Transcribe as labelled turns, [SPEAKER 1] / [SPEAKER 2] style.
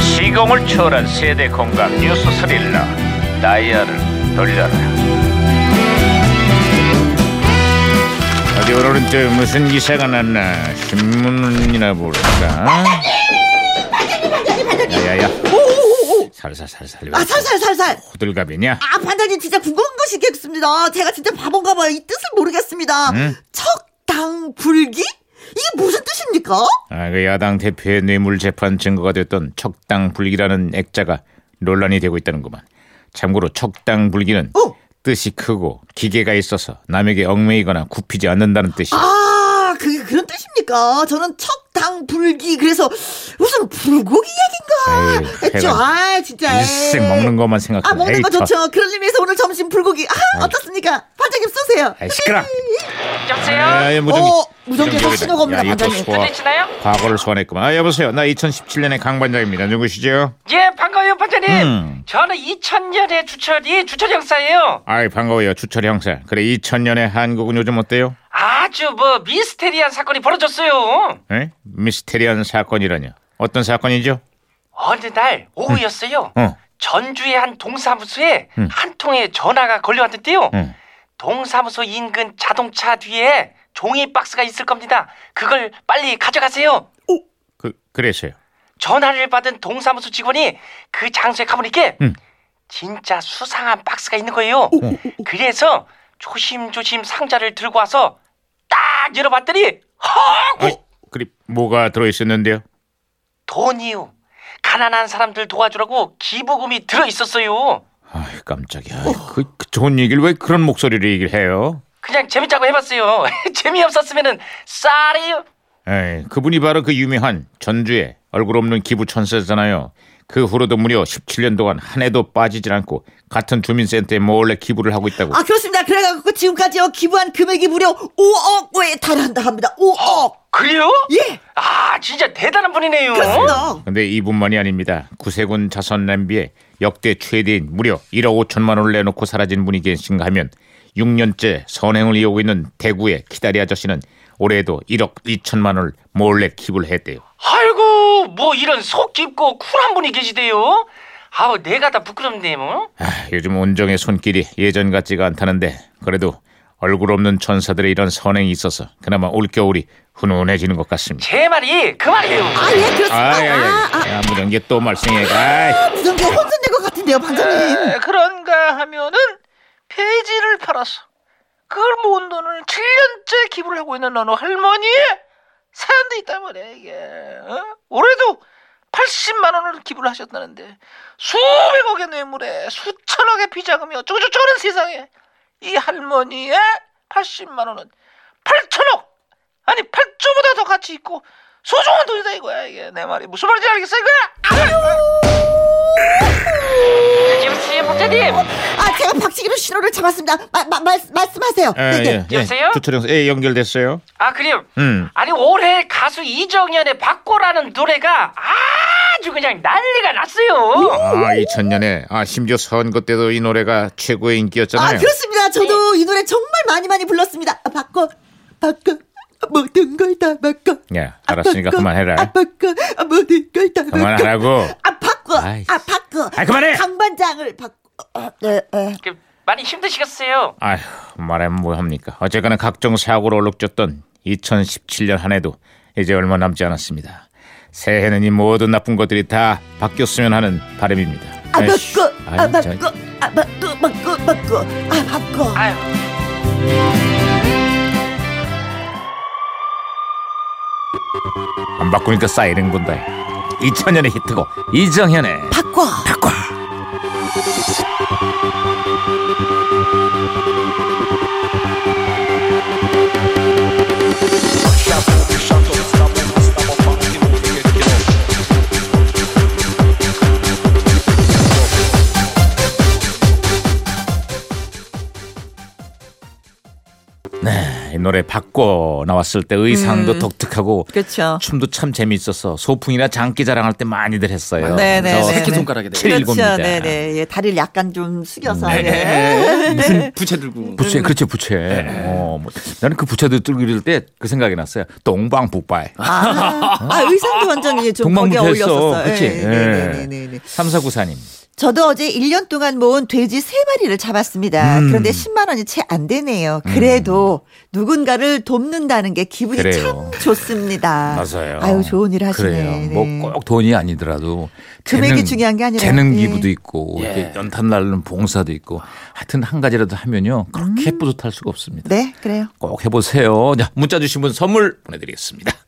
[SPEAKER 1] 시공을 초월한 세대 공감 뉴스 스릴러 다이얼을 돌려라
[SPEAKER 2] 어디 오늘은 또 무슨 기사가 났나 신문이나 볼까?
[SPEAKER 3] 반장님 반장님
[SPEAKER 2] 야야야
[SPEAKER 3] 오오오오
[SPEAKER 2] 살살살살
[SPEAKER 3] 아 살살살살
[SPEAKER 2] 호들갑이냐?
[SPEAKER 3] 아 반장님 진짜 궁금한 것이겠습니다 제가 진짜 바본가 봐요 이 뜻을 모르겠습니다
[SPEAKER 2] 응?
[SPEAKER 3] 척당불기 이게 무슨 뜻입니까
[SPEAKER 2] 아, 그 야당 대표의 뇌물 재판 증거가 됐던 척당 불기라는 액자가 논란이 되고 있다는구만. 참고로 척당 불기는
[SPEAKER 3] 어?
[SPEAKER 2] 뜻이 크고 기계가 있어서 남에게 얽매이거나 굽히지 않는다는 뜻이야.
[SPEAKER 3] 아 그게 그런 뜻입니까 저는 척당불기 그래서 무슨 불고기 얘긴가
[SPEAKER 2] 에이,
[SPEAKER 3] 했죠
[SPEAKER 2] 해가
[SPEAKER 3] 아 진짜
[SPEAKER 2] 일생 먹는 것만 생각해.
[SPEAKER 3] 아 먹는 거
[SPEAKER 2] 에이, 저-
[SPEAKER 3] 좋죠 그런 의미에서 오늘 점심 불고기 아 어떻습니까 반장님 쏘세요
[SPEAKER 2] 아이, 시끄러.
[SPEAKER 4] 여보세요? 네,
[SPEAKER 2] 아, 야, 무전기.
[SPEAKER 3] 어 무전기에서
[SPEAKER 2] 무전기다.
[SPEAKER 3] 신호가 옵니다
[SPEAKER 2] 야, 이거
[SPEAKER 3] 반장님
[SPEAKER 2] 소화.
[SPEAKER 4] 들리시나요?
[SPEAKER 2] 과거를 소환했구만. 아, 여보세요. 나 2017년의 강반장입니다. 누구시죠?
[SPEAKER 4] 예, 반가워요, 반장님.
[SPEAKER 2] 음.
[SPEAKER 4] 저는 2000년의 주철이 주철 형사예요.
[SPEAKER 2] 아이, 반가워요. 주철 형사. 그래, 2000년의 한국은 요즘 어때요?
[SPEAKER 4] 아주 뭐 미스테리한 사건이 벌어졌어요.
[SPEAKER 2] 에? 미스테리한 사건이라뇨. 어떤 사건이죠?
[SPEAKER 4] 어느 날 오후였어요.
[SPEAKER 2] 어.
[SPEAKER 4] 전주의 한 동사무소에
[SPEAKER 2] 음.
[SPEAKER 4] 한 통의 전화가 걸려왔는데요.
[SPEAKER 2] 응.
[SPEAKER 4] 동사무소 인근 자동차 뒤에 종이 박스가 있을 겁니다. 그걸 빨리 가져가세요.
[SPEAKER 2] 그, 그래서요.
[SPEAKER 4] 전화를 받은 동사무소 직원이 그 장소에 가보니까
[SPEAKER 2] 음.
[SPEAKER 4] 진짜 수상한 박스가 있는
[SPEAKER 3] 어,
[SPEAKER 4] 거예요. 그래서 조심조심 상자를 들고 와서 딱 열어봤더니 헉!
[SPEAKER 2] 아이, 그리 뭐가 들어있었는데요?
[SPEAKER 4] 돈이요. 가난한 사람들 도와주라고 기부금이 들어 있었어요.
[SPEAKER 2] 아이, 깜짝이야. 아이, 그, 그 좋은 얘기를 왜 그런 목소리로 얘기를 해요?
[SPEAKER 4] 그냥 재밌자고 해봤어요. 재미없었으면은 쌀이요.
[SPEAKER 2] 에이, 그분이 바로 그 유명한 전주의 얼굴 없는 기부 천사잖아요. 그 후로도 무려 17년 동안 한 해도 빠지질 않고 같은 주민센터에 몰래 기부를 하고 있다고.
[SPEAKER 3] 아 그렇습니다. 그래갖고 지금까지요 기부한 금액이 무려 5억에 달한다 합니다. 5억.
[SPEAKER 2] 어.
[SPEAKER 4] 그래요?
[SPEAKER 3] 예.
[SPEAKER 4] 아 진짜 대단한 분이네요.
[SPEAKER 3] 그렇습니다.
[SPEAKER 2] 근데 이뿐만이 아닙니다. 구세군 자선 낭비에 역대 최대인 무려 1억 5천만 원을 내놓고 사라진 분이 계신가 하면 6년째 선행을 이어오고 있는 대구의 기다리 아저씨는 올해도 1억 2천만 원을 몰래 기부를 했대요.
[SPEAKER 4] 아이고 뭐 이런 속 깊고 쿨한 분이 계시대요. 아우 내가 다 부끄럽네 뭐.
[SPEAKER 2] 아, 요즘 온정의 손길이 예전 같지가 않다는데 그래도 얼굴 없는 천사들의 이런 선행이 있어서 그나마 올겨울이 훈훈해지는 것 같습니다.
[SPEAKER 4] 제 말이 그 말이에요.
[SPEAKER 3] 아 예 그렇습니다. 아,
[SPEAKER 2] 아야야야,
[SPEAKER 3] 아, 아,
[SPEAKER 2] 야, 무전기 또 말썽해. 아이.
[SPEAKER 3] 무전기 혼선된 것 같은데요, 반장님.
[SPEAKER 5] 에, 그런가 하면은 페이지를 팔아서 그걸 모은 돈을 7년째 기부를 하고 있는 어느 할머니의 사연도 있단 말이야 이게 어? 올해도 80만 원을 기부를 하셨다는데 수백억의 뇌물에 수천억의 비자금이 어쩌고저쩌고는 세상에 이 할머니의 80만 원은 8천억 아니 8조보다 더 가치 있고 소중한 돈이다 이거야 이게 내 말이 무슨 말인지 알겠어 이거야
[SPEAKER 4] 여보세요 박사님.
[SPEAKER 3] 아 제가 박치기로 신호를 잡았습니다. 마, 마, 말, 말씀하세요.
[SPEAKER 2] 아,
[SPEAKER 3] 네, 네.
[SPEAKER 4] 여보세요?
[SPEAKER 2] 주철영 씨, 예, 연결됐어요.
[SPEAKER 4] 아 그래요.
[SPEAKER 2] 음.
[SPEAKER 4] 아니 올해 가수 이정현의 바꿔라는 노래가 아주 그냥 난리가 났어요.
[SPEAKER 2] 아, 2000년에 아 심지어 선거 때도 이 노래가 최고의 인기였잖아요.
[SPEAKER 3] 아 그렇습니다. 저도 이 노래 정말 많이 많이 불렀습니다. 아, 바꿔, 바꿔. 모든 걸 다 바꿔.
[SPEAKER 2] 예,
[SPEAKER 3] 아,
[SPEAKER 2] 알았으니까
[SPEAKER 3] 바꿔.
[SPEAKER 2] 그만해라.
[SPEAKER 3] 아, 바꿔. 아, 모든 걸 다 바꿔.
[SPEAKER 2] 그만하라고.
[SPEAKER 3] 아, 바꿔.
[SPEAKER 2] 아이,
[SPEAKER 3] 아, 바꿔.
[SPEAKER 2] 아이, 그만해.
[SPEAKER 3] 강반장을 바꿔. 아, 네, 네.
[SPEAKER 4] 그, 많이 힘드시겠어요.
[SPEAKER 2] 아휴, 말하면 뭐합니까? 어쨌거나 각종 사고로 얼룩졌던 2017년 한 해도 이제 얼마 남지 않았습니다. 새해는 이 모든 나쁜 것들이 다 바뀌었으면 하는 바람입니다.
[SPEAKER 3] 아
[SPEAKER 2] 아이씨,
[SPEAKER 3] 바꿔 아
[SPEAKER 2] 아이, 저-
[SPEAKER 3] 바꿔 아 바꿔 바꿔 바꿔 아 바꿔
[SPEAKER 4] 아유.
[SPEAKER 2] 안 바꾸니까 쌓이는 건다. 2000년의 히트곡 이정현의
[SPEAKER 3] 바꿔
[SPEAKER 2] 바꿔. 네, 이 노래 바꿔 나왔을 때 의상도 독특하고
[SPEAKER 3] 음. 그렇죠.
[SPEAKER 2] 춤도 참 재미있어서 소풍이나 장기 자랑할 때 많이들 했어요.
[SPEAKER 3] 네, 네, 네,
[SPEAKER 6] 새끼
[SPEAKER 3] 네.
[SPEAKER 6] 손가락에 대
[SPEAKER 2] 칠일곱입니다.
[SPEAKER 3] 그렇죠. 네네. 예, 다리를 약간 좀 숙여서.
[SPEAKER 2] 네.
[SPEAKER 3] 네.
[SPEAKER 6] 무슨 부채 들고
[SPEAKER 2] 부채, 그렇죠, 부채. 어, 뭐, 나는 그 부채도 뚫길 때 그 생각이 났어요. 동방북발.
[SPEAKER 3] 아, 아, 의상도 완전 이제 좀 거기에
[SPEAKER 2] 동방부채 했어. 예.
[SPEAKER 3] 어울렸었어요.
[SPEAKER 2] 그렇지.
[SPEAKER 3] 네, 네, 네, 네, 네.
[SPEAKER 2] 삼사구사님.
[SPEAKER 3] 저도 어제 1년 동안 모은 돼지 3마리를 잡았습니다.
[SPEAKER 2] 음.
[SPEAKER 3] 그런데 10만 원이 채 안 되네요. 그래도 누군가를 돕는다는 게 기분이
[SPEAKER 2] 그래요.
[SPEAKER 3] 참 좋습니다.
[SPEAKER 2] 맞아요.
[SPEAKER 3] 아유, 좋은 일 하시네.
[SPEAKER 2] 그래요.
[SPEAKER 3] 네.
[SPEAKER 2] 뭐 꼭 돈이 아니더라도
[SPEAKER 3] 금액이 중요한 게 아니라.
[SPEAKER 2] 재능
[SPEAKER 3] 네.
[SPEAKER 2] 기부도 있고 이렇게 연탄 날르는 봉사도 있고 하여튼 한 가지라도 하면요
[SPEAKER 3] 음.
[SPEAKER 2] 그렇게 뿌듯할 수가 없습니다.
[SPEAKER 3] 네, 그래요.
[SPEAKER 2] 꼭 해보세요. 자, 문자 주신 분 선물 보내드리겠습니다.